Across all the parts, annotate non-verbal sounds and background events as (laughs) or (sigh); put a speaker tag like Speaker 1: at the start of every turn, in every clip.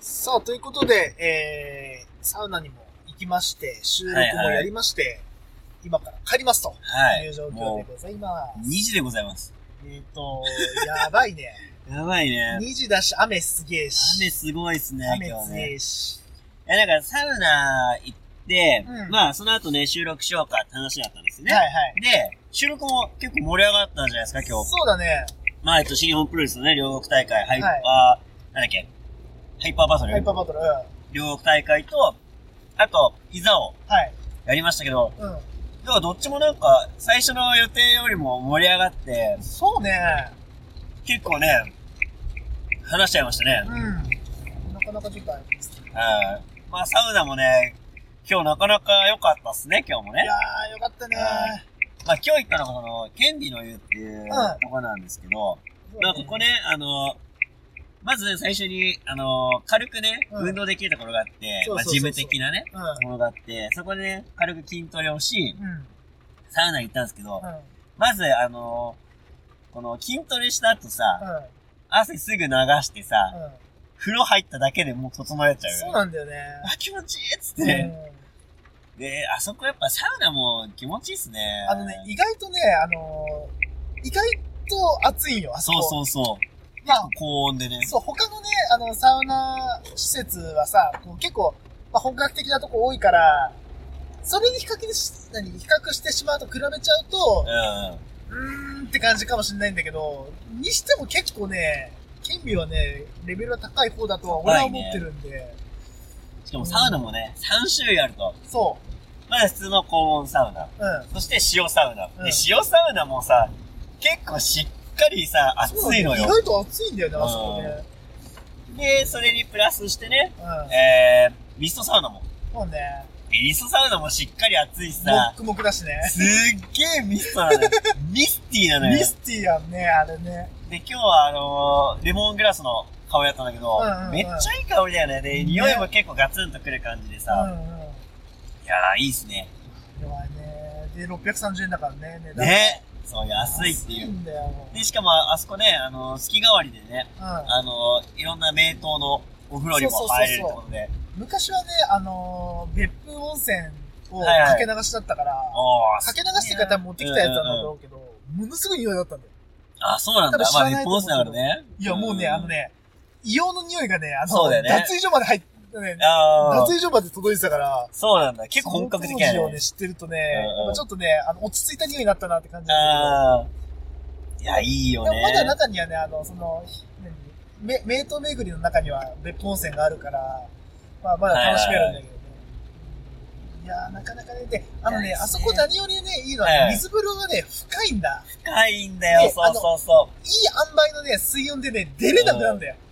Speaker 1: さあ、ということで、えー、サウナにも行きまして、収録もやりまして、今から帰りますと
Speaker 2: は
Speaker 1: いう
Speaker 2: い。
Speaker 1: 状況で
Speaker 2: も
Speaker 1: ございま
Speaker 2: う、
Speaker 1: す。
Speaker 2: 2時でございます。
Speaker 1: えっ、と、やばいね。
Speaker 2: やばい (laughs) ね。
Speaker 1: 2時だし、雨すげえし。
Speaker 2: 雨すごいっすね、
Speaker 1: 雨
Speaker 2: 今日
Speaker 1: 強
Speaker 2: ね。
Speaker 1: えし。
Speaker 2: いや、だからサウナ行って、
Speaker 1: うん
Speaker 2: まあ、その後ね、収録しようかって話だったんですよね。
Speaker 1: はいはい。
Speaker 2: で、収録も結構盛り上がったんじゃないですか、今日。
Speaker 1: そうだね。
Speaker 2: まあ、えっと、新日本プロレスのね、両国大会、ハイパー、なんだっけ、ハイパーバトル
Speaker 1: ハイパーバトル。うん
Speaker 2: 両国大会と、あと、いざを
Speaker 1: はい。
Speaker 2: やりましたけど、
Speaker 1: うん。
Speaker 2: でもどっちもなんか、最初の予定よりも盛り上がって、
Speaker 1: そうね。
Speaker 2: 結構ね、話しちゃいましたね。
Speaker 1: うん。なかなか時間ありますね。
Speaker 2: うん。まあ、サウナもね、今日なかなか良かったっすね、今日も
Speaker 1: い
Speaker 2: ね
Speaker 1: や。ー、よかったね。
Speaker 2: まあ、今日行ったのがこの、ケンディの湯っていうとこなんですけど、まあ、ここね、あの、まず最初に、あの、軽くね、
Speaker 1: うん
Speaker 2: 運動できるところがあって、
Speaker 1: そう
Speaker 2: ま
Speaker 1: そうそう
Speaker 2: あ、
Speaker 1: そう
Speaker 2: ジム的なね、
Speaker 1: うん。
Speaker 2: ものがあって、そこでね、軽く筋トレをし、
Speaker 1: うん。
Speaker 2: サウナ行ったんですけど
Speaker 1: う、ん。
Speaker 2: まず、あの、この筋トレした後さ、
Speaker 1: うん。
Speaker 2: 汗すぐ流してさ、
Speaker 1: うん。
Speaker 2: 風呂入っただけでもう整えちゃうよね。
Speaker 1: そうなんだよね。
Speaker 2: あ、気持ちいいっつってね。
Speaker 1: うん
Speaker 2: で、あそこやっぱサウナも気持ちいいっすね。
Speaker 1: あのね、意外とね、あのー意外と暑いんよ、あそ
Speaker 2: そう
Speaker 1: こ。
Speaker 2: そうそう。
Speaker 1: う。まあ、
Speaker 2: 高温でね。
Speaker 1: そう、他のね、あの、サウナ施設はさ、こう結構、まあ、本格的なとこ多いから、それに比較し、何、比較してしまうと、比べちゃうと
Speaker 2: う、ん。
Speaker 1: うーんって感じかもしれないんだけど、にしても結構ね、県民はね、レベルが高い方だとは俺は思ってるんで、
Speaker 2: しかもサウナもね、3種類あると。
Speaker 1: そ
Speaker 2: まだ普通の高温サウナ。
Speaker 1: う、うん。
Speaker 2: そして塩サウナ。
Speaker 1: うん
Speaker 2: で、塩サウナもさ、結構しっかりさ、熱いの
Speaker 1: そうなんだ
Speaker 2: よ
Speaker 1: 意。外と暑いんだよね、あそこね。
Speaker 2: で、それにプラスしてね、
Speaker 1: うん。
Speaker 2: えー、ミストサウナも。
Speaker 1: そうね、
Speaker 2: ミストサウナもしっかり熱いし
Speaker 1: も
Speaker 2: さ
Speaker 1: っ、くもくだしね。
Speaker 2: すっげえミストな
Speaker 1: (laughs)
Speaker 2: のよ。ミスティーなのよ
Speaker 1: ミ。スティやんね、あれね。
Speaker 2: で、今日はあのーレモングラスの香りだったんだけど、
Speaker 1: うんうんうん
Speaker 2: めっちゃいい香りだよね。で、
Speaker 1: ね
Speaker 2: 匂いも結構ガツンとくる感じで
Speaker 1: うん
Speaker 2: さ、
Speaker 1: うん。
Speaker 2: いやー、いいっすね。
Speaker 1: 弱いね。で、630円だからね、値段。
Speaker 2: ね。そう、安いってい
Speaker 1: 安
Speaker 2: う。
Speaker 1: んだよ。
Speaker 2: で、しかも、あそこね、あのー月替わりでね、
Speaker 1: う
Speaker 2: あのーいろんな名湯のお風呂にも入れるってことで、
Speaker 1: ん。昔はね、あのー、別府温泉を
Speaker 2: はいはい
Speaker 1: かけ流しだったから、
Speaker 2: おー
Speaker 1: かけ流してから多分持ってきたやつなんだ
Speaker 2: うんうん
Speaker 1: ろうけど、ものすごい匂いだったんだよ。
Speaker 2: あ、そうなん
Speaker 1: 多
Speaker 2: だ
Speaker 1: 分。知
Speaker 2: まあ、
Speaker 1: ら
Speaker 2: 日
Speaker 1: ないと
Speaker 2: 本
Speaker 1: 思う
Speaker 2: だからね。
Speaker 1: いや、もうね、
Speaker 2: ん
Speaker 1: あの。ね、硫黄の匂いがね、あ
Speaker 2: そう
Speaker 1: の、
Speaker 2: だよね
Speaker 1: 脱衣所まで入って、ね、脱
Speaker 2: あー
Speaker 1: 衣所まで届いてたから、
Speaker 2: そうなんだ。結構本格的や
Speaker 1: その当時を
Speaker 2: ね
Speaker 1: ね、。知ってるとね、
Speaker 2: うんうん
Speaker 1: まあちょっとね、あの、落ち着いた匂いになったなって感じなんだ
Speaker 2: あーいや、いい
Speaker 1: け
Speaker 2: よ
Speaker 1: ど、で
Speaker 2: ね
Speaker 1: も。まだ中にはね、あの、その、何め、名湯巡りの中には別府温泉があるから、まあ、まだ楽しめるんだけどね。いやー、なかなかね、で、あの
Speaker 2: いやいい
Speaker 1: ね、
Speaker 2: っすね
Speaker 1: あそこ何よりね、いいのは
Speaker 2: はい
Speaker 1: ね、
Speaker 2: はい
Speaker 1: 水風呂がね、深いんだ。
Speaker 2: 深いんだよ、
Speaker 1: ね
Speaker 2: そうそうそう。
Speaker 1: いい塩梅のね、水温でね、出れなくなるんだよ。
Speaker 2: うん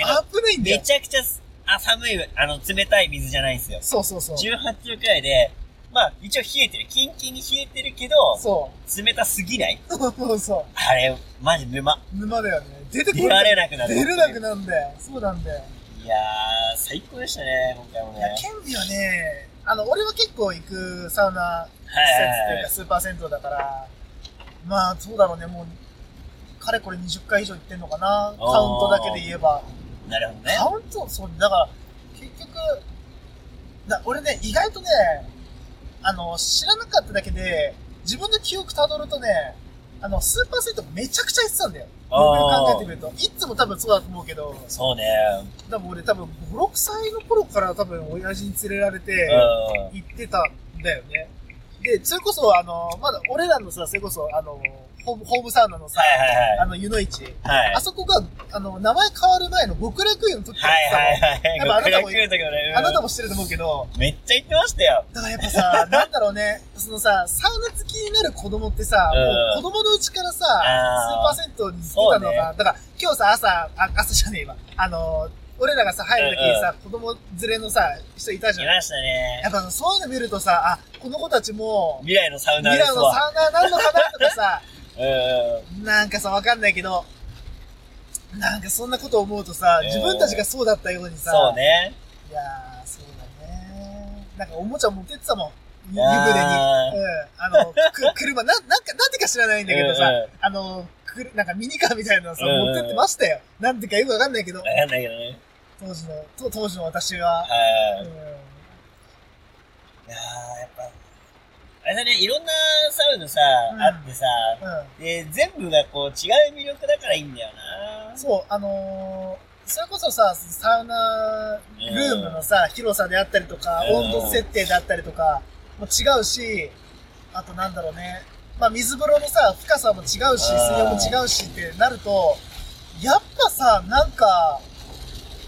Speaker 2: なん
Speaker 1: 危ないんだ
Speaker 2: め
Speaker 1: よ。
Speaker 2: ちゃくちゃすあ寒い、あの、冷たい水じゃないんですよ。
Speaker 1: そうそうそう。
Speaker 2: 18度くらいで、まあ、一応冷えてる。キンキンに冷えてるけど、
Speaker 1: そ。
Speaker 2: 冷たすぎないう
Speaker 1: そうそう。
Speaker 2: あれ、マジ沼。
Speaker 1: 沼だよね。出てこ
Speaker 2: 出ら
Speaker 1: ない。
Speaker 2: れなくなる。
Speaker 1: 出れなくなるんだよ。そうなんだよ。
Speaker 2: いやー、最高でしたね、今回も
Speaker 1: い
Speaker 2: ね。
Speaker 1: や、ケンビはね、あの、俺は結構行くサウナ施設というか、スーパー銭湯だから、まあ、そうだろうね、もう、かれこれ20回以上行ってんのかな、カウントだけで言えば。
Speaker 2: なるほどね。
Speaker 1: カウント、そう、だから、結局、だ俺ね、意外とね、あの、知らなかっただけで、自分の記憶たどるとね、あの、スーパー銭湯めちゃくちゃ行ってたんだよ。よく
Speaker 2: あー
Speaker 1: 考えてみると。いつも多分そうだと思うけど、
Speaker 2: そうね。
Speaker 1: 多分俺多分5、6歳の頃から多分親父に連れられて、
Speaker 2: うん。
Speaker 1: 行ってたんだよね。で、それこそあの、まだ俺らのさ、それこそあの、ホームホームサウナのさ、
Speaker 2: はいはいはい
Speaker 1: あの、湯の市。
Speaker 2: はい
Speaker 1: あ。そこが、あの、名前変わる前の極楽湯の時だっ
Speaker 2: はい
Speaker 1: たの。
Speaker 2: はい
Speaker 1: やっぱあ
Speaker 2: は
Speaker 1: な
Speaker 2: い。
Speaker 1: た
Speaker 2: 極
Speaker 1: も
Speaker 2: 楽の時のね。うん
Speaker 1: あなたも知ってると思うけど、
Speaker 2: めっちゃ言ってましたよ。
Speaker 1: だからやっぱ
Speaker 2: (laughs)
Speaker 1: さ、なんだろうね、そのさ、サウナ好きになる子供ってさ、
Speaker 2: うん
Speaker 1: もう子供のうちからさ、スー
Speaker 2: あー
Speaker 1: パー銭湯に行ってたのが、
Speaker 2: そ
Speaker 1: だから今日さ、朝、あ朝じゃねえわ、あの、俺らがさ、入る時にさ、子供連れのさ、人いたじ
Speaker 2: 言
Speaker 1: ゃん。や
Speaker 2: いましたね。
Speaker 1: っぱそういうの見るとさ、あ、この子たちも、
Speaker 2: 未来のサウナ
Speaker 1: ミ
Speaker 2: ーで
Speaker 1: ラ
Speaker 2: す
Speaker 1: ノの
Speaker 2: わ。
Speaker 1: サウナーなんのかなとかさ、 (laughs)
Speaker 2: うんうん。
Speaker 1: なんかさ、わかんないけど、なんかそんなこと思うとさ、
Speaker 2: えー
Speaker 1: 自分たちがそうだったようにさ、
Speaker 2: そうね。
Speaker 1: いやー、そうだね。なんかおもちゃ持ってってたもん。湯船に。うん。
Speaker 2: あー
Speaker 1: あの、く車、な、なんか、なんでか知らないんだけど
Speaker 2: う
Speaker 1: さ、
Speaker 2: んうん
Speaker 1: あの、くるなんかミニカーみたいなのさ、
Speaker 2: うんうん
Speaker 1: 持ってってましたよ。なんでかよくわかんないけど
Speaker 2: わ、かんないけどね。
Speaker 1: 当時の、と当時の私は。
Speaker 2: は
Speaker 1: う
Speaker 2: い。
Speaker 1: ん。
Speaker 2: いやーやっぱ、あれだね、いろんなサウナさ、
Speaker 1: うん
Speaker 2: あってさ、
Speaker 1: う。。
Speaker 2: で、全部がこう違う魅力だからいいんだよなん
Speaker 1: そう、あのーそれこそさ、サウナルームのさ、広さであったりとか、
Speaker 2: うん
Speaker 1: 温度設定であったりとか、も違うし、あとなんだろうね。まあ、水風呂のさ、深さも違うし、水温も違うしってなると、やっぱさ、なんか、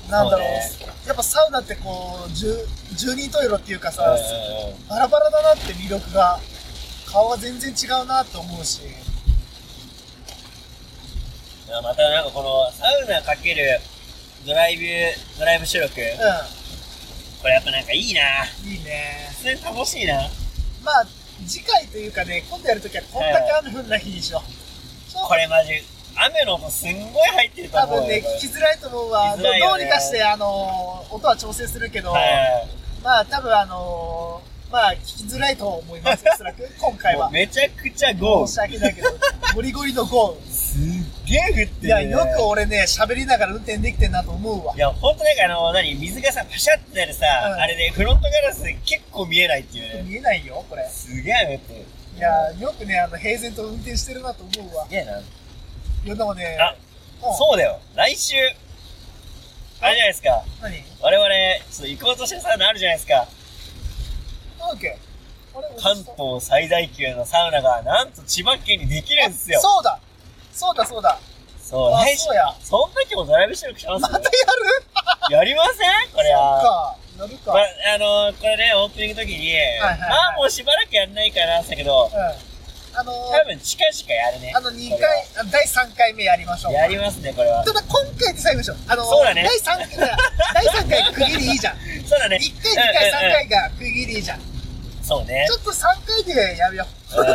Speaker 1: なんだろう、
Speaker 2: そうね
Speaker 1: やっぱサウナってこう、10 10人トイロっていうかさ、
Speaker 2: うん
Speaker 1: バラバラだなって魅力が顔は全然違うなって思うし
Speaker 2: あまたなんかこのサウナかけるドライブ、ドライブ収録。
Speaker 1: う
Speaker 2: これやっぱなんかいいな。
Speaker 1: んいいね
Speaker 2: 普通に楽しいな。
Speaker 1: まあ次回というかね今度やるときはこんだけ雨降んない日にしよう、
Speaker 2: これマジ、雨の音すんごい入ってると
Speaker 1: 多
Speaker 2: 思うよ。
Speaker 1: 分ね聞きづらいと思うわ
Speaker 2: 聞きづらいよね
Speaker 1: どうにかしてあのー音は調整するけど、
Speaker 2: はい
Speaker 1: まあ多分あのーまあ聞きづらいと思いますおそ
Speaker 2: (laughs)
Speaker 1: らく今回
Speaker 2: も
Speaker 1: は
Speaker 2: うめちゃくちゃ豪雨。
Speaker 1: 申し訳ないけどゴリゴリの豪
Speaker 2: すっげえ降ってる、ね。
Speaker 1: 雨いやよく俺ね喋りながら運転できてんなと思うわ
Speaker 2: いや、ほんとなんかあの、何、水がさ、パシャってなるさ、
Speaker 1: うん
Speaker 2: あれで、フロントガラス結構見えないっていうね。
Speaker 1: 見えないよこれ
Speaker 2: すげえ雨降ってる。
Speaker 1: いやーよくねあの平然と運転してるなと思うわ
Speaker 2: すげえな。
Speaker 1: いやでもね、
Speaker 2: あ、
Speaker 1: うん
Speaker 2: そうだよ。来週、あれじゃないですか。
Speaker 1: 何ど
Speaker 2: 我々、ちょっと行こうとしてるサウナあるじゃないですか。
Speaker 1: うだっけあれ
Speaker 2: 関東最大級のサウナが、なんと千葉県にできるんですよ。
Speaker 1: そうだそうだそうだ
Speaker 2: そう、
Speaker 1: あ
Speaker 2: 来週
Speaker 1: そうや。
Speaker 2: そん時もドライブ収録します
Speaker 1: またやる
Speaker 2: やりませんこれは。
Speaker 1: かやるか、
Speaker 2: ま、あのー、これね、オープニングの時に、
Speaker 1: はいはい
Speaker 2: まあもうしばらくやんないかなって言ったけど、
Speaker 1: うんあの
Speaker 2: 多
Speaker 1: ー、
Speaker 2: 分近々やるね。
Speaker 1: あの2回あ第3回目やりましょ
Speaker 2: こ
Speaker 1: う
Speaker 2: れはやりますね、これは
Speaker 1: た。だ今回で最後でしょあのー
Speaker 2: そうだね
Speaker 1: 第3回が第三回区切りいいじゃん1
Speaker 2: (laughs) そうだね。
Speaker 1: 回2回3
Speaker 2: うんうん
Speaker 1: 回が区切りいいじゃんち
Speaker 2: うん。そうね。
Speaker 1: ょっと3回でやるよ (laughs) こ
Speaker 2: うん
Speaker 1: れ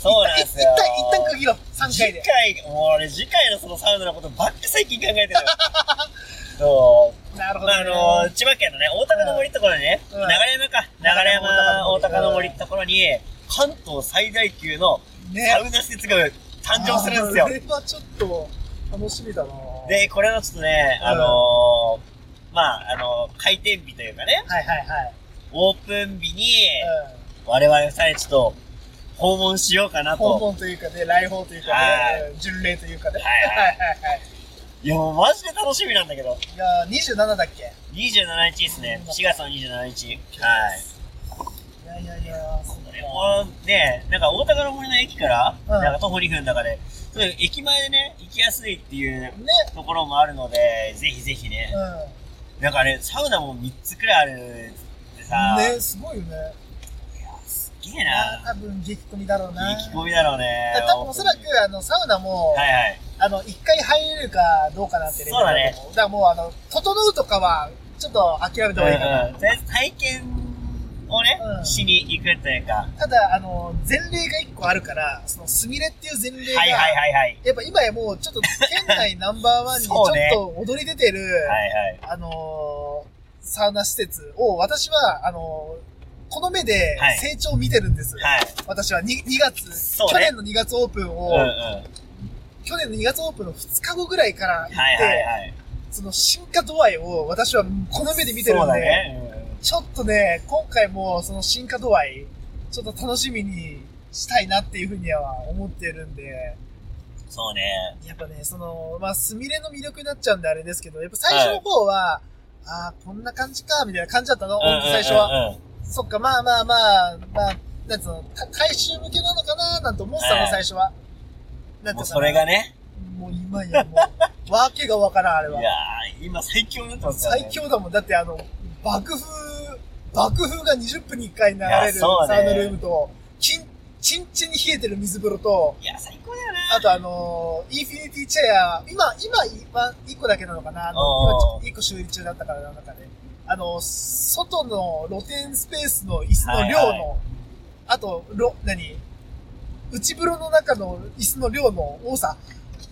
Speaker 2: そうなん
Speaker 1: い
Speaker 2: です
Speaker 1: 一
Speaker 2: よ。
Speaker 1: 旦一旦区切ろう3回で
Speaker 2: 次回、もう俺次回のそのサウナのことばっか最近考えて
Speaker 1: (laughs)
Speaker 2: るよ。そう。
Speaker 1: なるほど、
Speaker 2: ま
Speaker 1: ね
Speaker 2: あ、あの千葉県のね、大高の森ってところにね、
Speaker 1: うん
Speaker 2: 流山か、流山大高の森ってところに、関東最大級のサウナ施設が誕生するんですよ
Speaker 1: あー。これはちょっと楽しみだなぁ
Speaker 2: で、これのちょっとね、
Speaker 1: うん
Speaker 2: あのーまあ、あのー開店日というかね、
Speaker 1: はいはいはい。
Speaker 2: オープン日に、
Speaker 1: う。
Speaker 2: 我々二人ちょっと訪問しようかなん
Speaker 1: 本
Speaker 2: と。
Speaker 1: 本というかね、来訪というか
Speaker 2: は
Speaker 1: ね、巡礼というかね。
Speaker 2: はいはい
Speaker 1: はいはい
Speaker 2: いや、もうマジで楽しみなんだけど。
Speaker 1: はい。いやー、27だっけ
Speaker 2: 27日ですね。4月の27日。はい。
Speaker 1: いやいやいや、そ
Speaker 2: これもね、なんか大高の森の駅から、
Speaker 1: うん
Speaker 2: なんか徒歩2分だから、すごい駅前でね、行きやすいっていう
Speaker 1: ね。
Speaker 2: ところもあるので、ぜひぜひね。
Speaker 1: う
Speaker 2: なんかね、サウナも3つくらいあるって
Speaker 1: ん。
Speaker 2: さ、
Speaker 1: ね、すごいよね。
Speaker 2: すげえ
Speaker 1: あー
Speaker 2: な。
Speaker 1: 多分激込みだろうな。
Speaker 2: いい気込みだろうね。
Speaker 1: 多分おそらく、あの、サウナも、
Speaker 2: はいはい。
Speaker 1: あの、一回入れるかどうかなんてレベルだと思う。だからもう、あの、整うとかは、ちょっと諦めた方がいいかな。
Speaker 2: うんうんとりあえず体験をね、
Speaker 1: うん
Speaker 2: しに行くというか。
Speaker 1: ただ、あの、前例が一個あるから、その、スミレっていう前例が、
Speaker 2: はいはいはいはい。
Speaker 1: やっぱ今やもうちょっと県内ナンバーワンにちょ
Speaker 2: そうね
Speaker 1: っと踊り出てる、
Speaker 2: はいはい。
Speaker 1: あのーサウナ施設を私は、あのーこの目で
Speaker 2: はい
Speaker 1: 成長を見てるんです。
Speaker 2: はい。
Speaker 1: 私は 2, 2月、
Speaker 2: そうね
Speaker 1: 去年の2月オープンを、
Speaker 2: うんうん。
Speaker 1: 去年の2月オープンの2日後ぐらいから行って、
Speaker 2: はいはいはい。
Speaker 1: その進化度合いを私はこの目で見てるん
Speaker 2: そう
Speaker 1: で、
Speaker 2: だね。うん
Speaker 1: ちょっとね、今回もその進化度合い、ちょっと楽しみにしたいなっていうふうには思ってるんで、
Speaker 2: そうね。
Speaker 1: やっぱね、その、まあ、スミレの魅力になっちゃうんであれですけど、やっぱ最初の方は、ああ、こんな感じか、みたいな感じだったの、
Speaker 2: うんうんうんうん
Speaker 1: 最初は。。そっか、まあまあまあ、まあ、なんつうの、か大衆向けなのかな、なんて思ってた
Speaker 2: は
Speaker 1: の、
Speaker 2: い
Speaker 1: 最初は。なん
Speaker 2: も
Speaker 1: て
Speaker 2: うそれがね。
Speaker 1: もう今や、もう、わけがわからん、あれ
Speaker 2: い
Speaker 1: は。
Speaker 2: やー、今最強になってますからね。
Speaker 1: 最強だもん。だってあの、爆風、爆風が20分に1回流
Speaker 2: い
Speaker 1: れ
Speaker 2: や
Speaker 1: るサ
Speaker 2: そう
Speaker 1: ウ
Speaker 2: ね
Speaker 1: ナルームと、チン、チンチンに冷えてる水風呂と、
Speaker 2: いや、最高だよな。
Speaker 1: あとあのーインフィニティチェア、今、今、今、一個だけなのかなあの
Speaker 2: あー、
Speaker 1: 今、一個修理中だったからなんかね。あの、外の露天スペースの椅子の量の、
Speaker 2: はいは
Speaker 1: あと、ろ、何内風呂の中の椅子の量の多さ。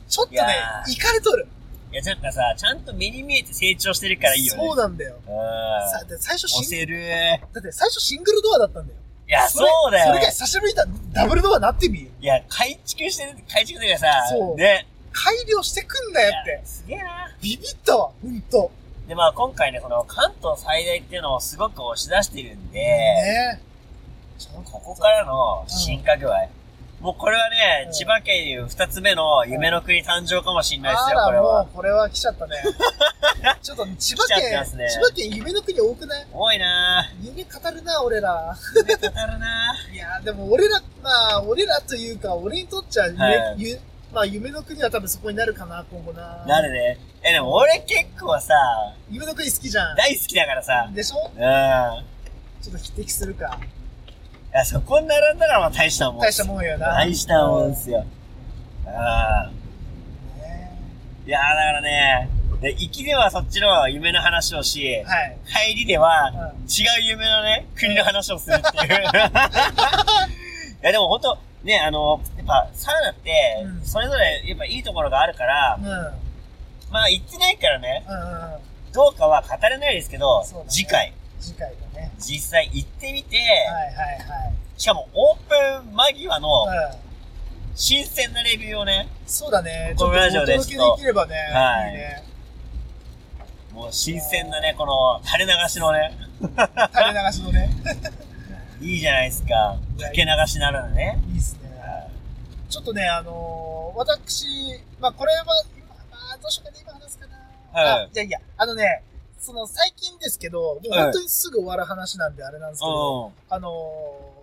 Speaker 1: ちょっとね
Speaker 2: いや、ー
Speaker 1: いかれとる。
Speaker 2: いや、なんかさ、ちゃんと目に見えて成長してるからいいよね。
Speaker 1: そうなんだよ。
Speaker 2: うん。
Speaker 1: さ、で最初
Speaker 2: 押
Speaker 1: シン、
Speaker 2: せる。い
Speaker 1: だって最初シングルドアだったんだよ。
Speaker 2: や、
Speaker 1: れ
Speaker 2: そうだ
Speaker 1: それが
Speaker 2: よ。
Speaker 1: 久しぶりだ、ダブルドアなってみよ。
Speaker 2: いや、改築してる、改築というかさ
Speaker 1: そ、う
Speaker 2: ね、
Speaker 1: 配慮してくんだよっ
Speaker 2: い
Speaker 1: て
Speaker 2: や。すげえな。
Speaker 1: ビビったわ、ほんと。
Speaker 2: で、まあ今回ね、この関東最大っていうのをすごく押し出してるんで、
Speaker 1: ねちょっと
Speaker 2: ここからの進化具合。もうこれはね、
Speaker 1: うん
Speaker 2: 千葉県に二つ目の夢の国誕生かもしれないです
Speaker 1: あ
Speaker 2: よ、これ
Speaker 1: ら、
Speaker 2: は
Speaker 1: も。うこれは来ちゃ
Speaker 2: (laughs)
Speaker 1: ったね。ちょっと千葉
Speaker 2: 来ちゃってま
Speaker 1: 県、
Speaker 2: すね
Speaker 1: 千葉県夢の国多くない
Speaker 2: 多
Speaker 1: (laughs)
Speaker 2: いなぁ。
Speaker 1: 夢語るな、俺ら。
Speaker 2: 夢語るなぁ。
Speaker 1: いやーでも俺ら、まあ、俺らというか、俺にとっちゃ夢、
Speaker 2: はい
Speaker 1: ゆまあ、夢の国は多分そこになるかな、今後な。
Speaker 2: なるね。え、でも俺結構さ、
Speaker 1: 夢の国好きじゃん。
Speaker 2: 大好きだからさ。
Speaker 1: でしょ
Speaker 2: うん。いや、
Speaker 1: ちょっと匹敵するか。
Speaker 2: そこに並んだからまあ大したもん。
Speaker 1: 大したもんよな。
Speaker 2: 大したもんですよ。ああ。
Speaker 1: ね
Speaker 2: いやーだからね、で行きではそっちの夢の話をし、
Speaker 1: はい。
Speaker 2: 帰りでは、
Speaker 1: う
Speaker 2: 違う夢のね、国の話をするって
Speaker 1: (laughs)
Speaker 2: いう。いや、でも本当ね、あの、やっぱサウナって
Speaker 1: う、ん
Speaker 2: それぞれやっぱいいところがあるから
Speaker 1: う、ん。うん。うん
Speaker 2: まあ行ってないからね、
Speaker 1: うんうん。
Speaker 2: どうかは語れないですけど、
Speaker 1: そうだね
Speaker 2: 次回、
Speaker 1: 次回だね。
Speaker 2: 実際行ってみて、
Speaker 1: はいはいはい。
Speaker 2: しかもオープン間際の
Speaker 1: うん
Speaker 2: 新鮮なレビューをね、
Speaker 1: そうだね。
Speaker 2: このラジオで
Speaker 1: ちょっとお届けできればね。
Speaker 2: はい
Speaker 1: いね。
Speaker 2: もう新鮮なね、この垂れ流し
Speaker 1: (laughs)
Speaker 2: のね、
Speaker 1: 垂れ流しのね。
Speaker 2: いいじゃないですか。かけ流しなるのね。
Speaker 1: いいっすね。ちょっとね、あのー私、まあ、これは、今まあ、どうしようかね、今話すかな。
Speaker 2: は
Speaker 1: あ
Speaker 2: い
Speaker 1: いやいや、あのね、その最近ですけど、もう本当にすぐ終わる話なんであれなんですけど、
Speaker 2: うん。
Speaker 1: あの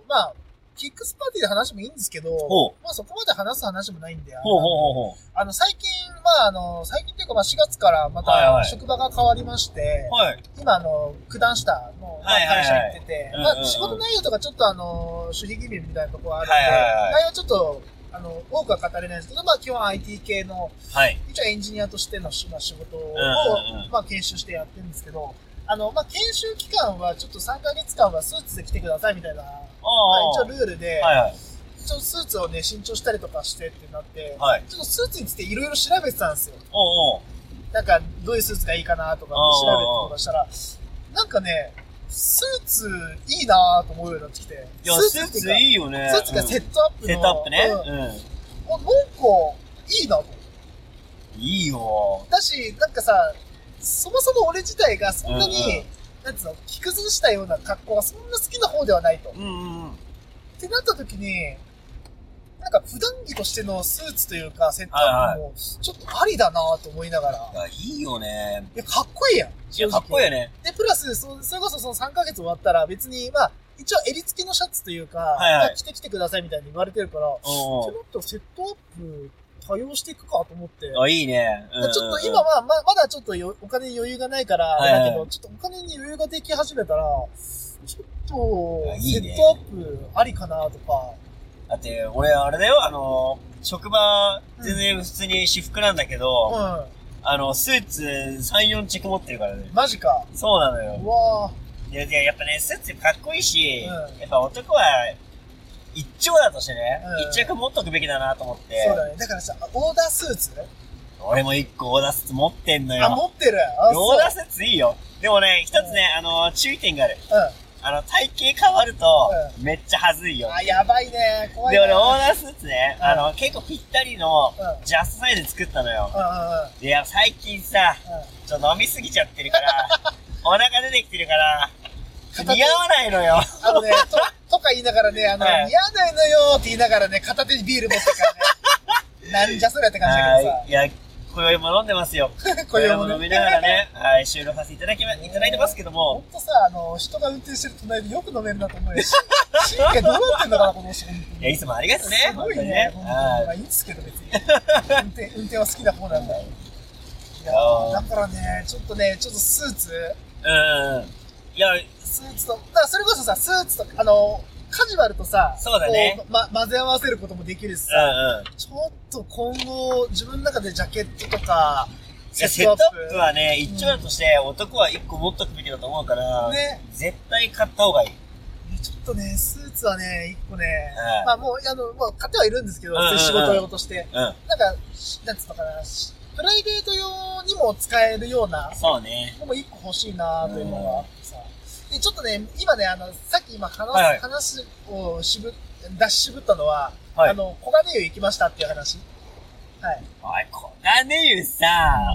Speaker 1: ーまあ、キックスパーティーで話もいいんですけど
Speaker 2: ほう、
Speaker 1: まあそこまで話す話もないんで、あ
Speaker 2: ほうほう
Speaker 1: の
Speaker 2: ほうほ
Speaker 1: あの最近、まああの、最近っていうかまあ4月からま
Speaker 2: はいは
Speaker 1: た
Speaker 2: い
Speaker 1: 職場が変わりまして、
Speaker 2: う。はい。
Speaker 1: 今あの、九段下のまあ
Speaker 2: はいはいは
Speaker 1: 会
Speaker 2: い
Speaker 1: 社行ってて、
Speaker 2: うんうん
Speaker 1: まあ仕事内容とかちょっとあの、守秘義務みたいなとこはあるんで、
Speaker 2: はいはいはい
Speaker 1: 内容はちょっと、あの、多くは語れないんですけど、まあ基本 IT 系の、
Speaker 2: はい。
Speaker 1: 一応エンジニアとしてのしまあ仕事を、
Speaker 2: うんうん
Speaker 1: まあ研修してやってるんですけど、あの、まあ研修期間はちょっと3ヶ月間はスーツで来てくださいみたいな、まあ
Speaker 2: あ
Speaker 1: 一
Speaker 2: あ。
Speaker 1: 応ルールで、
Speaker 2: はいはい。
Speaker 1: 一応スーツをね、新調したりとかしてってなって、
Speaker 2: はい。
Speaker 1: ちょっとスーツについていろいろ調べてたんですよ。
Speaker 2: おうおう。
Speaker 1: なんか、どういうスーツがいいかなとか
Speaker 2: あー
Speaker 1: 調べてとかしたら、なんかね、スーツいいなと思うようになってきて。
Speaker 2: いや、スー
Speaker 1: って
Speaker 2: ツいいよね。
Speaker 1: スーツがセットアップ
Speaker 2: うん
Speaker 1: の。
Speaker 2: セットアップね。
Speaker 1: うん
Speaker 2: う
Speaker 1: おなんか、いいなと思って。
Speaker 2: ん。いいよ。
Speaker 1: だし、なんかさ、そもそも俺自体がそんなに、
Speaker 2: うんう
Speaker 1: なんつうの、着崩したような格好はそんな好きな方ではないと。っ
Speaker 2: うんうんうん。
Speaker 1: てなった時に、なんか普段着としてのスーツというか、セットアップも、ちょっとありだなと思いながら。
Speaker 2: いや、いいよね。
Speaker 1: いや、かっこいいやん。
Speaker 2: いや、かっこいいよね。
Speaker 1: で、プラス、そそれこそその3ヶ月終わったら、別に、まあ、一応襟付きのシャツというか、
Speaker 2: いはい
Speaker 1: まあ着てきてくださいみたいに言われてるから、ち
Speaker 2: お
Speaker 1: ょ
Speaker 2: う
Speaker 1: っとセットアップ多用していくかと思って。
Speaker 2: おう。あ、いいね。うんうんうん
Speaker 1: ちょっと今は、まあ、まだちょっとよお金に余裕がないから、
Speaker 2: はいはい
Speaker 1: だけど、ちょっとお金に余裕ができ始めたら、ちょ
Speaker 2: あ
Speaker 1: っと、
Speaker 2: い
Speaker 1: セ
Speaker 2: いね
Speaker 1: ットアップありかなとか、
Speaker 2: だって、俺、あれだよ、あの、職場、
Speaker 1: うん
Speaker 2: 全然普通に私服なんだけど、
Speaker 1: う
Speaker 2: あの、スーツ3、4着持ってるからね
Speaker 1: ん、。マジか。
Speaker 2: そうなの
Speaker 1: う
Speaker 2: よ。
Speaker 1: わ
Speaker 2: いや、いややっぱね、スーツかっこいいし、
Speaker 1: うん
Speaker 2: やっぱ男は、一丁だとしてね、
Speaker 1: うん
Speaker 2: 一着持っとくべきだなと思って、
Speaker 1: そうだね。だからさ、オーダースーツ
Speaker 2: 俺も一個オーダースーツ持ってんのよ。
Speaker 1: あ、持ってる。あ、
Speaker 2: オ
Speaker 1: そ
Speaker 2: ー
Speaker 1: う。
Speaker 2: ダースーツいいよ。でもね、一つね、あの、注意点がある。
Speaker 1: う
Speaker 2: あの、体型変わると、めっちゃはずいよ
Speaker 1: ん。。あ、やばいね。怖い
Speaker 2: で、
Speaker 1: ね。
Speaker 2: 俺、オーダースーツね、
Speaker 1: うん
Speaker 2: あの、結構ぴったりの
Speaker 1: う、ん
Speaker 2: ジャストサイズ作ったのよ。
Speaker 1: うんうんうん。
Speaker 2: いや、最近さ、ちょっと飲みすぎちゃってる
Speaker 1: (laughs)
Speaker 2: から、お腹出てきてるから、
Speaker 1: 片手
Speaker 2: 似合わないのよ。
Speaker 1: あのね、と、とか言いながらね、あの、
Speaker 2: はい
Speaker 1: 似合わないのよって言いながらね、片手にビール持ってるからね、なんじゃそりゃって感じだけど
Speaker 2: はい。いや、今宵も飲んでますよ。
Speaker 1: さ、 (laughs) こういうも
Speaker 2: 今宵
Speaker 1: の
Speaker 2: 飲みながら。ね、はい、収録させていただきま、いただいてますけど
Speaker 1: ほん
Speaker 2: も、
Speaker 1: とさ、あの、人が運転してる隣でよく飲めるなと思うよ。神経どうなってんだから、この人。
Speaker 2: いや、いつもありがとうね。
Speaker 1: すごいね。本当にま
Speaker 2: は
Speaker 1: あ
Speaker 2: い
Speaker 1: いいんですけど、別に。運転、運転は好きな方なんだ。いやーだからね、ちょっとね、ちょっとスーツ、
Speaker 2: うんうん。いや、
Speaker 1: スーツと、だからそれこそさ、スーツと、あの、カジュアルとさ、
Speaker 2: そうだね
Speaker 1: こうま、混ぜ合わせることもできるしさ、
Speaker 2: うんうん。
Speaker 1: ちょっと今後、自分の中でジャケットとか、
Speaker 2: いやセットアップはね、一丁だとして、男は一個持っとくべきだと思うから、
Speaker 1: ね
Speaker 2: 絶対買った方がいい。
Speaker 1: ちょっとね、スーツはね、一個ね、
Speaker 2: はい
Speaker 1: まあもう、あの、まあ買ってはいるんですけど、
Speaker 2: うんうんうん
Speaker 1: 仕事用として。
Speaker 2: うん。
Speaker 1: なんか、しなんつうのかな、しプライベート用にも使えるような、
Speaker 2: そうね。
Speaker 1: のも一個欲しいなというのがあってさ。で、ちょっとね、今ね、あの、さっき今話す、
Speaker 2: はいはい
Speaker 1: 話をしぶ、出し渋ったのは、
Speaker 2: はい
Speaker 1: あの、小金湯行きましたっていう話。はい。
Speaker 2: おい、こがねゆさ、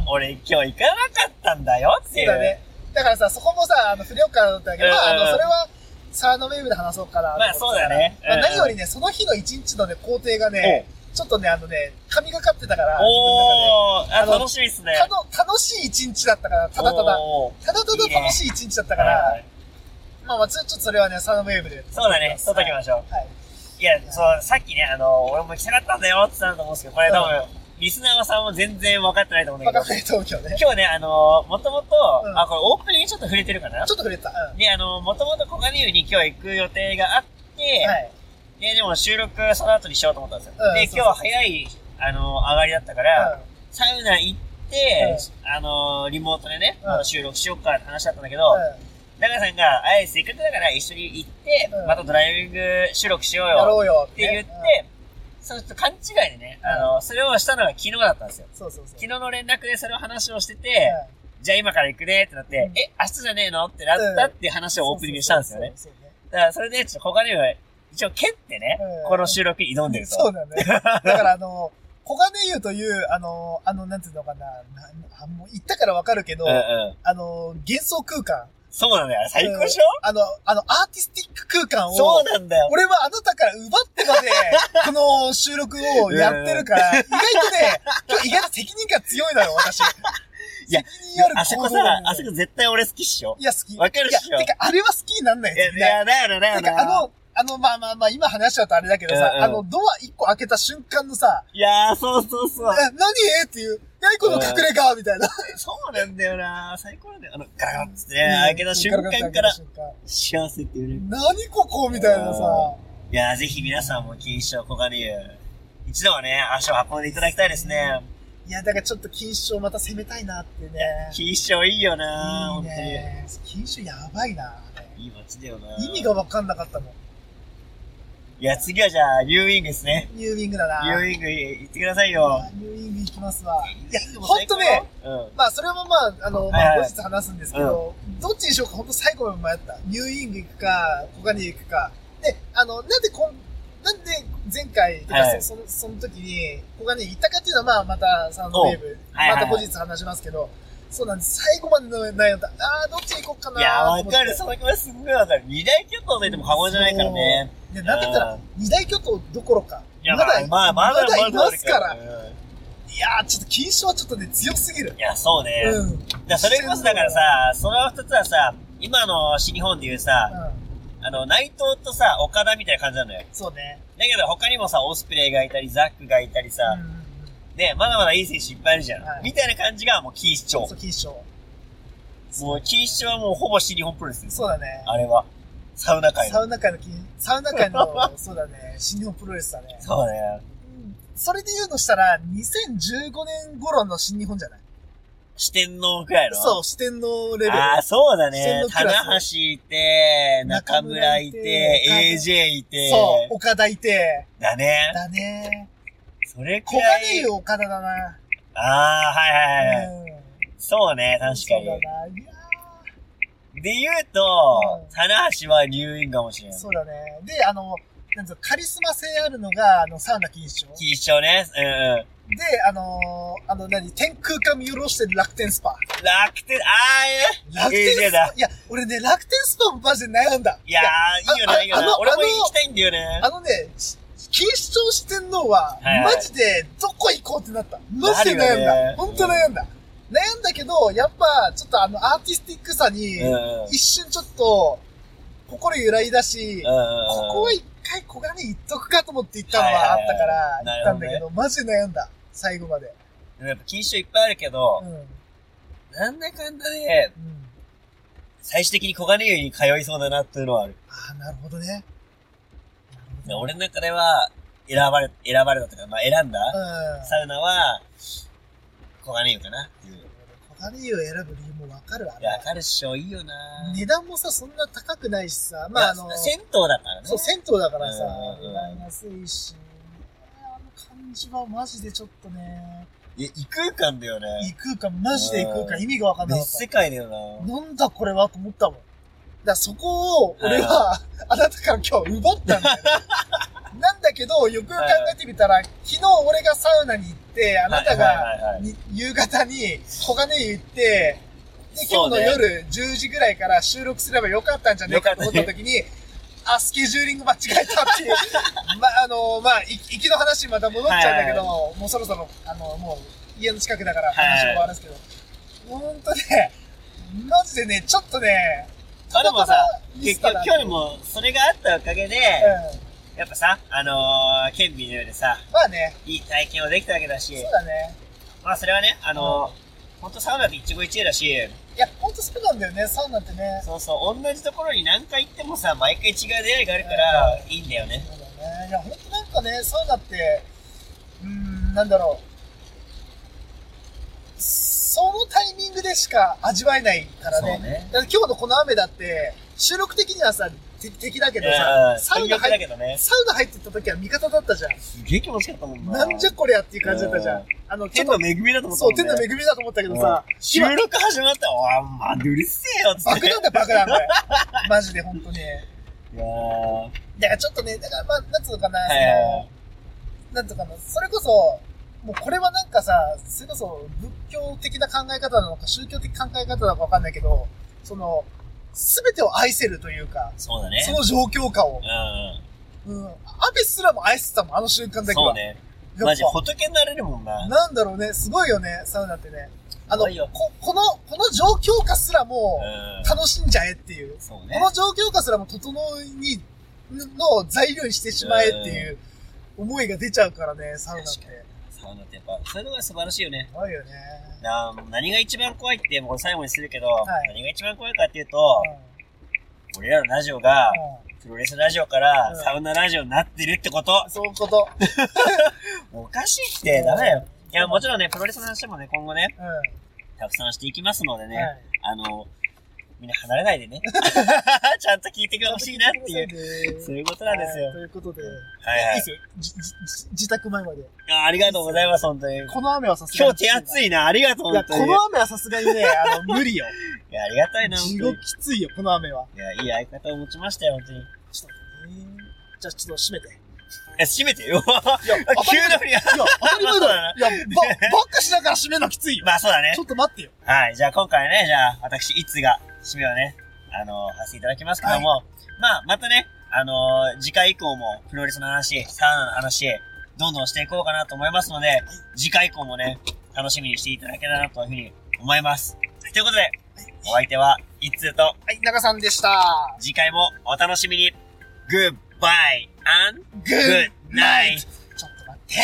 Speaker 2: 俺今日行かなかったんだよって
Speaker 1: そ
Speaker 2: いうう。
Speaker 1: だね。だからさ、そこもさ、あの、触れようかなと思ったけど、まあ、あ
Speaker 2: うんうん
Speaker 1: の、それは、サードウェーブで話そうかなと思ってたから
Speaker 2: まあそうだね
Speaker 1: まあ
Speaker 2: うんうん
Speaker 1: 何よりね、その日の一日のね、工程がね、ちょっとね、あのね、神がかってたから、自分の
Speaker 2: おー、あ
Speaker 1: あの
Speaker 2: 楽しみっすね。
Speaker 1: 中でたの楽しい一日だったから、ただただ、
Speaker 2: おー
Speaker 1: ただた
Speaker 2: いい
Speaker 1: だ
Speaker 2: ね
Speaker 1: 楽しい一日だったから、
Speaker 2: はい
Speaker 1: まあまあ、ちょちょっとそれはね、サードウェーブで。
Speaker 2: そうだね、撮っときましょう。
Speaker 1: はい。
Speaker 2: いや、そう、さっきね、あの、俺も行きたかったんだよって言ったと思うんですけど、これ多分、リスナーさんも全然分かってないと思うん
Speaker 1: バ
Speaker 2: だけ
Speaker 1: カ
Speaker 2: ど
Speaker 1: フ、ェ東京ね。ちょ
Speaker 2: 今日ね、あの、もともと
Speaker 1: う、ん
Speaker 2: あ、これオープニングちょっと触れてるかな
Speaker 1: っと触れた。うん。は
Speaker 2: で、あの、もともと小金湯に今日行く予定があって、
Speaker 1: い。
Speaker 2: で、でも収録その後にしようと思ったんですよ。
Speaker 1: うんそう
Speaker 2: で、
Speaker 1: そう
Speaker 2: 今日早い、あの、上がりだったから、サウナ行って、あの、リモートでね、
Speaker 1: うん
Speaker 2: 収録しようかって話だったんだけど、
Speaker 1: うん。うん
Speaker 2: 長さんが、あい、せっかくだから一緒に行って、
Speaker 1: うん
Speaker 2: またドライビング収録しよう
Speaker 1: や
Speaker 2: よ
Speaker 1: ろうよ
Speaker 2: っ
Speaker 1: ってて
Speaker 2: 言
Speaker 1: ね。
Speaker 2: って、
Speaker 1: うん
Speaker 2: そうちょっと勘違いでね、あの、それをしたのが昨日だったんですよ。
Speaker 1: そうそうそう。
Speaker 2: 昨日の連絡でそれを話をしてて、
Speaker 1: うん
Speaker 2: じゃあ今から行くねってなって、
Speaker 1: うん
Speaker 2: え、明日じゃねえのってなったっていう話をオープニングにしたんですよね。
Speaker 1: そうそうそうそう。
Speaker 2: だからそれで、ちょっと他には、一応蹴ってね、
Speaker 1: うん
Speaker 2: この収録に挑んでると。
Speaker 1: そうだね。だからあの、小金湯という、あの、あの、なんていうのかな、なんあもう言ったからわかるけど、
Speaker 2: うんうん。
Speaker 1: あの、幻想空間。
Speaker 2: そうなんだよ。最高でしょ、
Speaker 1: あの、あの、アーティスティック空間
Speaker 2: そ
Speaker 1: を
Speaker 2: う、なんだよ。
Speaker 1: 俺はあなたから奪ってまで、 (laughs) この収録をやってるから、意外とね、今日意外と責任感強いのよ、私。
Speaker 2: いや
Speaker 1: 責任ある
Speaker 2: あそこ
Speaker 1: 行動をね
Speaker 2: さ、あそこ絶対俺好きっしょ。
Speaker 1: いや、好き。
Speaker 2: わかるっしょ
Speaker 1: いや、てか、あれは好きになんない
Speaker 2: いや、
Speaker 1: や
Speaker 2: い
Speaker 1: ついない
Speaker 2: やだよな、だ
Speaker 1: て
Speaker 2: よ
Speaker 1: か、あ
Speaker 2: な。
Speaker 1: の、あの、まあまあまあ、今話しちゃうとあれだけどさ、
Speaker 2: うんうん
Speaker 1: あの、ドア一個開けた瞬間のさ、
Speaker 2: いやー、そうそうそう。
Speaker 1: え、何っていう、何この隠れ家みたいな。
Speaker 2: そうなんだよな。最高なんだよ。あの、ガラッつってね、
Speaker 1: うん
Speaker 2: 開けた瞬間から。幸せっていうね。
Speaker 1: 何ここみたいなさ。
Speaker 2: いやー、ぜひ皆さんも錦糸町小金湯、一度はね、足を運んでいただきたいですね。
Speaker 1: いや、だからちょっと錦糸町また攻めたいなってね。
Speaker 2: 錦糸町いいよな、
Speaker 1: いい
Speaker 2: 本
Speaker 1: ね。錦糸町やばいな。
Speaker 2: 当に。いい街だよな。
Speaker 1: 意味がわかんなかったもん。
Speaker 2: いや、次はじゃあ、ニューウィングですね。
Speaker 1: ニューウィングだな。
Speaker 2: ニューウィング行ってくださいよ。
Speaker 1: ニューウィング行きますわ。いや
Speaker 2: ニューウィン、グも
Speaker 1: ほん
Speaker 2: 最
Speaker 1: と
Speaker 2: 高
Speaker 1: ね、
Speaker 2: よ。うん。
Speaker 1: まあ、それもまあ、あの、
Speaker 2: はい
Speaker 1: まあ、
Speaker 2: は
Speaker 1: 後
Speaker 2: い
Speaker 1: 日話すんですけど、どっちにしようか、本当最後まで迷った。ニューイング行くか、小金井行くか。で、あの、なんでこん、なんで前回、とか
Speaker 2: はい
Speaker 1: そそのその時に、小金井行ったかっていうのは、まあ、またサウンドウェーブ、
Speaker 2: はいはいはい
Speaker 1: また後日話しますけど、そうなんです。最後まで悩んだ。ああ、どっち行こうかなー
Speaker 2: いやー、
Speaker 1: と
Speaker 2: わ
Speaker 1: 思って
Speaker 2: かる。その気持ちすんごいわかる。二大巨頭といっても過言じゃないからね。
Speaker 1: で、なんだった
Speaker 2: う
Speaker 1: ら
Speaker 2: ん、
Speaker 1: 二大巨頭どころか。
Speaker 2: いや、
Speaker 1: まだ、
Speaker 2: まあ、まだ、
Speaker 1: まだいますか
Speaker 2: う
Speaker 1: ら。
Speaker 2: ん
Speaker 1: いやー、ちょっと金賞はちょっとね、強すぎる。
Speaker 2: いや、そうね。
Speaker 1: うん。うん。
Speaker 2: だからそれこそだからさ、その二つはさ、今の新日本でいうさ、あの、内藤とさ、岡田みたいな感じなのよ。
Speaker 1: そうね。
Speaker 2: だけど他にもさ、オスプレイがいたり、ザックがいたり
Speaker 1: うん
Speaker 2: さ
Speaker 1: う、んうん。
Speaker 2: ね、まだまだいい選手いっぱいいるじゃん。
Speaker 1: はい
Speaker 2: みたいな感じがもう錦糸
Speaker 1: そう、
Speaker 2: 町。
Speaker 1: 金賞。
Speaker 2: もう錦糸町はもうほぼ新日本プロレスです
Speaker 1: そうだね。
Speaker 2: あれは。サウナ界
Speaker 1: サ
Speaker 2: の。
Speaker 1: ウナ界の金、サウナ界
Speaker 2: (laughs)
Speaker 1: の、そうだね、新日本プロレスだね。
Speaker 2: そうね。
Speaker 1: うんそれで言うとしたら、2015年頃の新日本じゃない
Speaker 2: 四天王くらいの。
Speaker 1: そう、四天王レベル。
Speaker 2: ああ、そうだ
Speaker 1: 四天
Speaker 2: ね
Speaker 1: 王。ク
Speaker 2: 棚
Speaker 1: ラ
Speaker 2: 橋いて、中
Speaker 1: 中
Speaker 2: 村
Speaker 1: 村
Speaker 2: い
Speaker 1: いて
Speaker 2: て、AJ いて。
Speaker 1: そう、岡田いて、
Speaker 2: だね。
Speaker 1: だね。
Speaker 2: それく
Speaker 1: 小
Speaker 2: ら
Speaker 1: 金井
Speaker 2: い。
Speaker 1: 岡田だな。
Speaker 2: ああ、はいはいはいはい。
Speaker 1: うん
Speaker 2: そうね、確か
Speaker 1: そうだ
Speaker 2: に。
Speaker 1: な。いや
Speaker 2: で言うと
Speaker 1: う、ん
Speaker 2: 棚橋は入院かもしれ
Speaker 1: ー
Speaker 2: ない。
Speaker 1: そうだね。で、あの、なんつうのカリスマ性あるのが、あの、サウナ金賞。で、
Speaker 2: 一緒ね。うんうん。
Speaker 1: あのーあの、何、天空間見下ろしてる楽天スパ。
Speaker 2: 楽天、あ
Speaker 1: 楽
Speaker 2: ー、ええ
Speaker 1: 天ス
Speaker 2: だ
Speaker 1: パ。。いや、俺ね、楽天スパもマジで悩んだ。
Speaker 2: いやー、いいよ
Speaker 1: あ
Speaker 2: な、いいよ
Speaker 1: あ
Speaker 2: な。
Speaker 1: の
Speaker 2: 俺も
Speaker 1: あの
Speaker 2: 行きたいんだよね
Speaker 1: あ。のね、錦糸町四天王は、
Speaker 2: はいはい
Speaker 1: マジでどこ行こうってなった。マジで悩ん
Speaker 2: なるよ
Speaker 1: だ。
Speaker 2: ね
Speaker 1: 本当悩んだ。悩んだけど、やっぱ、ちょっとあの、アーティスティックさに
Speaker 2: うん、うん。
Speaker 1: 一瞬ちょっと、心揺らいだし、ここは
Speaker 2: 行
Speaker 1: 一回小金井行っとくかと思って行ったのはあったから
Speaker 2: は、
Speaker 1: 行
Speaker 2: いはいはい
Speaker 1: ったんだけど、マジで悩んだ。最後まで。
Speaker 2: やっぱ禁止いっぱいあるけど
Speaker 1: う、ん。うん。
Speaker 2: なんだかんだで、最終的に小金湯に通いそうだなっていうのはある。
Speaker 1: ああ、なるほどね。なるほど
Speaker 2: 俺の中では、選ばれ、選ばれたとか、まあ選んだ
Speaker 1: うん。
Speaker 2: サウナは、小金湯かなっていう。
Speaker 1: 小金井を選ぶ理由もわかるわ
Speaker 2: いや、彼氏いいよな
Speaker 1: 値段もさ、そんな高くないしさ、ま
Speaker 2: まあ、
Speaker 1: あ、
Speaker 2: あ
Speaker 1: あ
Speaker 2: の
Speaker 1: の、、
Speaker 2: 銭湯だからね。
Speaker 1: そう、銭湯だからさ
Speaker 2: うんうんう、ん
Speaker 1: 値段安いし、あの感じはマジでちょっとね、
Speaker 2: いや、異空間だよ
Speaker 1: 異
Speaker 2: ね。
Speaker 1: 空間、マジで異空
Speaker 2: う
Speaker 1: 間、
Speaker 2: ん
Speaker 1: 意味がわかんなかっ
Speaker 2: 別世界だよ
Speaker 1: た。
Speaker 2: な。
Speaker 1: なんだこれはと思った
Speaker 2: (laughs)
Speaker 1: もん。だからそこを、俺は、あなたから今日奪ったんだよね。なんだけど、よくよく考えてみたら、昨日俺がサウナに行って、あなたが、
Speaker 2: はいはいはいはい
Speaker 1: に夕方に小金井行って、で、今
Speaker 2: そ
Speaker 1: 日
Speaker 2: う
Speaker 1: の
Speaker 2: ね
Speaker 1: 夜10時ぐらいから収録すればよかったんじゃねえかと思った時に、あ、スケジューリング間違えたっていう、 (laughs) ま、あの、まあ、い行きの話にまた戻っちゃうんだけど、
Speaker 2: は
Speaker 1: もうそろそろ、あの、もう家の近くだから
Speaker 2: はいはい
Speaker 1: 話終わるんですけど、ほんとね、マジでね、ちょっとね、
Speaker 2: まあでもさ
Speaker 1: ただた、だミス
Speaker 2: 結
Speaker 1: ター
Speaker 2: 局
Speaker 1: だ
Speaker 2: 今日もそれがあったおかげで、
Speaker 1: うん、
Speaker 2: やっぱさ、あのー、ケンビのようでさ、
Speaker 1: まあね、
Speaker 2: いい体験をできたわけだし、
Speaker 1: そうだね。
Speaker 2: まあそれはね、あのー、ほんとサウナって一期一会だし、
Speaker 1: いや、ほんとそうなんだよね、サウナってね。
Speaker 2: そうそう、同じところに何回行ってもさ、毎回違う出会いがあるから、いいんだよね。
Speaker 1: そうだね。いや、本当なんかね、サウナって、うーん、なんだろう。そのタイミングでしか味わえないからね。
Speaker 2: そうね
Speaker 1: だから今日のこの雨だって、収録的にはさ、て敵だけど
Speaker 2: う
Speaker 1: さ、
Speaker 2: ん
Speaker 1: サウ
Speaker 2: 最
Speaker 1: ナ
Speaker 2: 悪
Speaker 1: 入
Speaker 2: だ
Speaker 1: っ
Speaker 2: けどね。
Speaker 1: サウナ入ってった時は味方だったじゃん。
Speaker 2: すげえ気持ちよかったもんな。
Speaker 1: なんじゃこりゃっていう感じだったじゃ
Speaker 2: うんん。
Speaker 1: あの、ちょ
Speaker 2: 天
Speaker 1: っと
Speaker 2: の、恵みだと思った
Speaker 1: そ
Speaker 2: も
Speaker 1: う、
Speaker 2: んね。
Speaker 1: 天の恵みだと思ったけどさ、
Speaker 2: うん収録始まったら、わあ、まうるせえよっつっ
Speaker 1: 爆
Speaker 2: て。
Speaker 1: 弾だよ爆弾だよ。マジで本当に。
Speaker 2: いやーは
Speaker 1: だからちょっとね、だからまあ、なんつうのかな、
Speaker 2: いはいはい。
Speaker 1: その、なんつうのかな、それこそ、もうこれはなんかさ、それこそ仏教的な考え方なのか、宗教的考え方なのかわかんないけど、その、すべてを愛せるというか、
Speaker 2: そうだね。
Speaker 1: その状況下を。
Speaker 2: う
Speaker 1: うん。アビスすらも愛してたもん、あの瞬間
Speaker 2: ん。
Speaker 1: だけ
Speaker 2: そう
Speaker 1: は。
Speaker 2: ね。
Speaker 1: やっぱ
Speaker 2: マジ仏になれるもんな。
Speaker 1: なんだろうね、すごいよね、サウナってね。あの、
Speaker 2: すごいよ
Speaker 1: こ、この、この状況下すらも、
Speaker 2: うん。
Speaker 1: 楽しんじゃえっていう。
Speaker 2: そう
Speaker 1: こ
Speaker 2: ね。
Speaker 1: の状況下すらも整いに、の材料にしてしまえっていう思いが出ちゃうからね、サウナって
Speaker 2: 確。かサウナってやっぱ、そういうのが素晴らしいよね。
Speaker 1: 怖いよね。
Speaker 2: な何が一番怖いって、もうこれ最後にするけど、
Speaker 1: い
Speaker 2: 何が一番怖いかっていうと、
Speaker 1: うん
Speaker 2: 俺らのラジオが、
Speaker 1: う
Speaker 2: プロレスラジオから、
Speaker 1: うん
Speaker 2: サウナラジオになってるってこと、
Speaker 1: んそういうこと。
Speaker 2: もうおかしいって、ダメだよ。いや、もちろんね、プロレスの話もね、今後ね、
Speaker 1: うん。
Speaker 2: たくさんしていきますのでね、
Speaker 1: はい
Speaker 2: あの、みんな離れないでね、 (laughs) ちゃんと聞いてほしいなっていう、
Speaker 1: う
Speaker 2: そういうことなんですよ。
Speaker 1: ということで、
Speaker 2: はいはい
Speaker 1: いいっすよ。じじじ自宅前まで。
Speaker 2: あありがとうございます、本当に。
Speaker 1: この雨はさすが
Speaker 2: 今
Speaker 1: に。
Speaker 2: 日手厚
Speaker 1: い。
Speaker 2: いな、ありがとう、
Speaker 1: いや、
Speaker 2: 本当
Speaker 1: こ
Speaker 2: に。
Speaker 1: の雨はさすがにね、あの、無理よ。
Speaker 2: いや、ありが (laughs) たいな、本
Speaker 1: 地
Speaker 2: 当
Speaker 1: 獄
Speaker 2: に。
Speaker 1: きついよ、この雨は。
Speaker 2: いや、いい相方を持ちましたよ、本当に。
Speaker 1: ちょっと待ってね。じゃあ、ちょっと閉めて。
Speaker 2: え、閉め
Speaker 1: (laughs)
Speaker 2: てよ。 (laughs)
Speaker 1: いや、当た
Speaker 2: 急
Speaker 1: り
Speaker 2: な振りや。
Speaker 1: いや、当たり
Speaker 2: (laughs)
Speaker 1: 前だよ。いや、ば、ばっかしながら閉めるのきついよ。
Speaker 2: まあそうだね
Speaker 1: ちょ。っと待ってよ。
Speaker 2: はい。じゃあ今回ね、じゃあ私、いつが締めをね、あのー、させていただきますけども、まあまたね、あのー、次回以降もプロレスの話、サウナの話、どんどんしていこうかなと思いますので、次回以降もね、楽しみにしていただけたらなというふうに思います。ということで、お相手は、いつと、
Speaker 1: はい、中さんでした。
Speaker 2: 次回もお楽しみに、Goodbye and
Speaker 1: グ
Speaker 2: Good
Speaker 1: ッナイ
Speaker 2: night!
Speaker 1: トちょっと待って。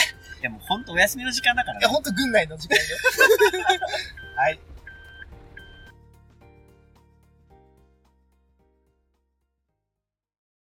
Speaker 2: でもうほんとお休みの時間だから
Speaker 1: い
Speaker 2: ね
Speaker 1: や、。ほんと、軍内の時間よ。はい。